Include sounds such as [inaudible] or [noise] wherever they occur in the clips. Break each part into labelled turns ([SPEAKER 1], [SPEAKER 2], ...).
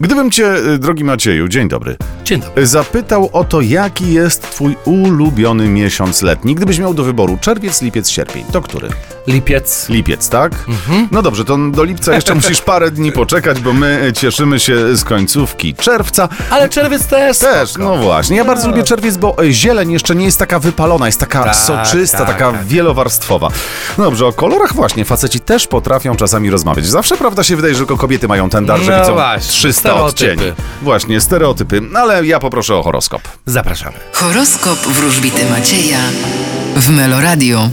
[SPEAKER 1] Gdybym cię, y, drogi Macieju, dzień dobry,
[SPEAKER 2] Dzień dobry.
[SPEAKER 1] y, zapytał o to, jaki jest twój ulubiony miesiąc letni, gdybyś miał do wyboru czerwiec, lipiec, sierpień, to który?
[SPEAKER 2] Lipiec.
[SPEAKER 1] Lipiec, tak? No dobrze, to do lipca jeszcze musisz parę dni poczekać, bo my y, cieszymy się z końcówki czerwca.
[SPEAKER 2] Ale czerwiec też.
[SPEAKER 1] Też, no właśnie. Ja bardzo lubię czerwiec, bo y, zieleń jeszcze nie jest taka wypalona, jest taka
[SPEAKER 2] Tak,
[SPEAKER 1] soczysta,
[SPEAKER 2] tak,
[SPEAKER 1] taka
[SPEAKER 2] tak.
[SPEAKER 1] wielowarstwowa. No dobrze, o kolorach właśnie faceci też potrafią czasami rozmawiać. Zawsze prawda się wydaje, że tylko kobiety mają ten dar, że
[SPEAKER 2] No
[SPEAKER 1] widzą
[SPEAKER 2] właśnie,
[SPEAKER 1] 300 odcieni.
[SPEAKER 2] stereotypy.
[SPEAKER 1] Właśnie, stereotypy. No Ale ja poproszę o horoskop.
[SPEAKER 2] Zapraszamy.
[SPEAKER 3] Horoskop wróżbity Macieja w Meloradio.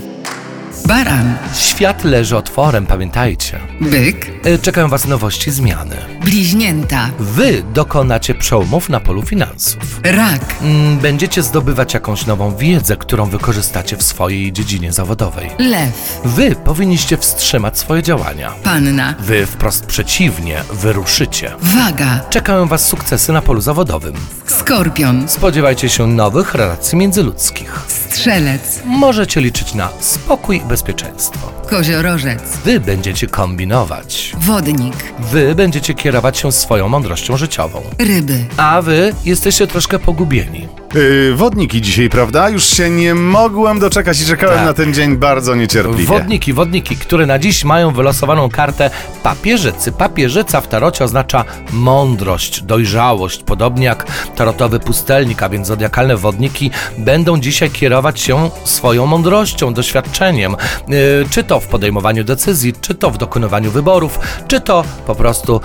[SPEAKER 3] Baran,
[SPEAKER 2] Świat leży otworem, pamiętajcie.
[SPEAKER 3] byk,
[SPEAKER 2] E, Czekają Was nowości, zmiany.
[SPEAKER 3] bliźnięta,
[SPEAKER 2] Wy dokonacie przełomów na polu finansów.
[SPEAKER 3] rak,
[SPEAKER 2] Mm, Będziecie zdobywać jakąś nową wiedzę, którą wykorzystacie w swojej dziedzinie zawodowej.
[SPEAKER 3] lew,
[SPEAKER 2] Wy powinniście wstrzymać swoje działania.
[SPEAKER 3] panna,
[SPEAKER 2] Wy wprost przeciwnie, wyruszycie.
[SPEAKER 3] waga,
[SPEAKER 2] Czekają Was sukcesy na polu zawodowym.
[SPEAKER 3] skorpion,
[SPEAKER 2] Spodziewajcie się nowych relacji międzyludzkich.
[SPEAKER 3] strzelec,
[SPEAKER 2] Możecie liczyć na spokój i bezpieczeństwo.
[SPEAKER 3] koziorożec,
[SPEAKER 2] Wy będziecie kombinować.
[SPEAKER 3] wodnik,
[SPEAKER 2] Wy będziecie kierować się swoją mądrością życiową.
[SPEAKER 3] ryby,
[SPEAKER 2] A wy jesteście troszkę pogubieni.
[SPEAKER 1] Yy, wodniki dzisiaj, prawda? Już się nie mogłem doczekać i czekałem
[SPEAKER 2] Tak.
[SPEAKER 1] na ten dzień bardzo niecierpliwie.
[SPEAKER 2] Wodniki, wodniki, które na dziś mają wylosowaną kartę papieżycy. Papieżyca w tarocie oznacza mądrość, dojrzałość, podobnie jak tarotowy pustelnik, a więc zodiakalne wodniki będą dzisiaj kierować się swoją mądrością, doświadczeniem. Yy, czy to w podejmowaniu decyzji, czy to w dokonywaniu wyborów, czy to po prostu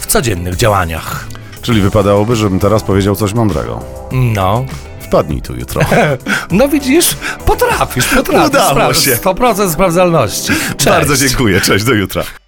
[SPEAKER 2] w codziennych działaniach.
[SPEAKER 1] Czyli wypadałoby, żebym teraz powiedział coś mądrego.
[SPEAKER 2] No,
[SPEAKER 1] Wpadnij tu
[SPEAKER 2] [laughs]
[SPEAKER 1] jutro.
[SPEAKER 2] no widzisz, potrafisz, potrafisz.
[SPEAKER 1] Udało się.
[SPEAKER 2] 100% sprawdzalności. Cześć.
[SPEAKER 1] Bardzo dziękuję, cześć, do jutra.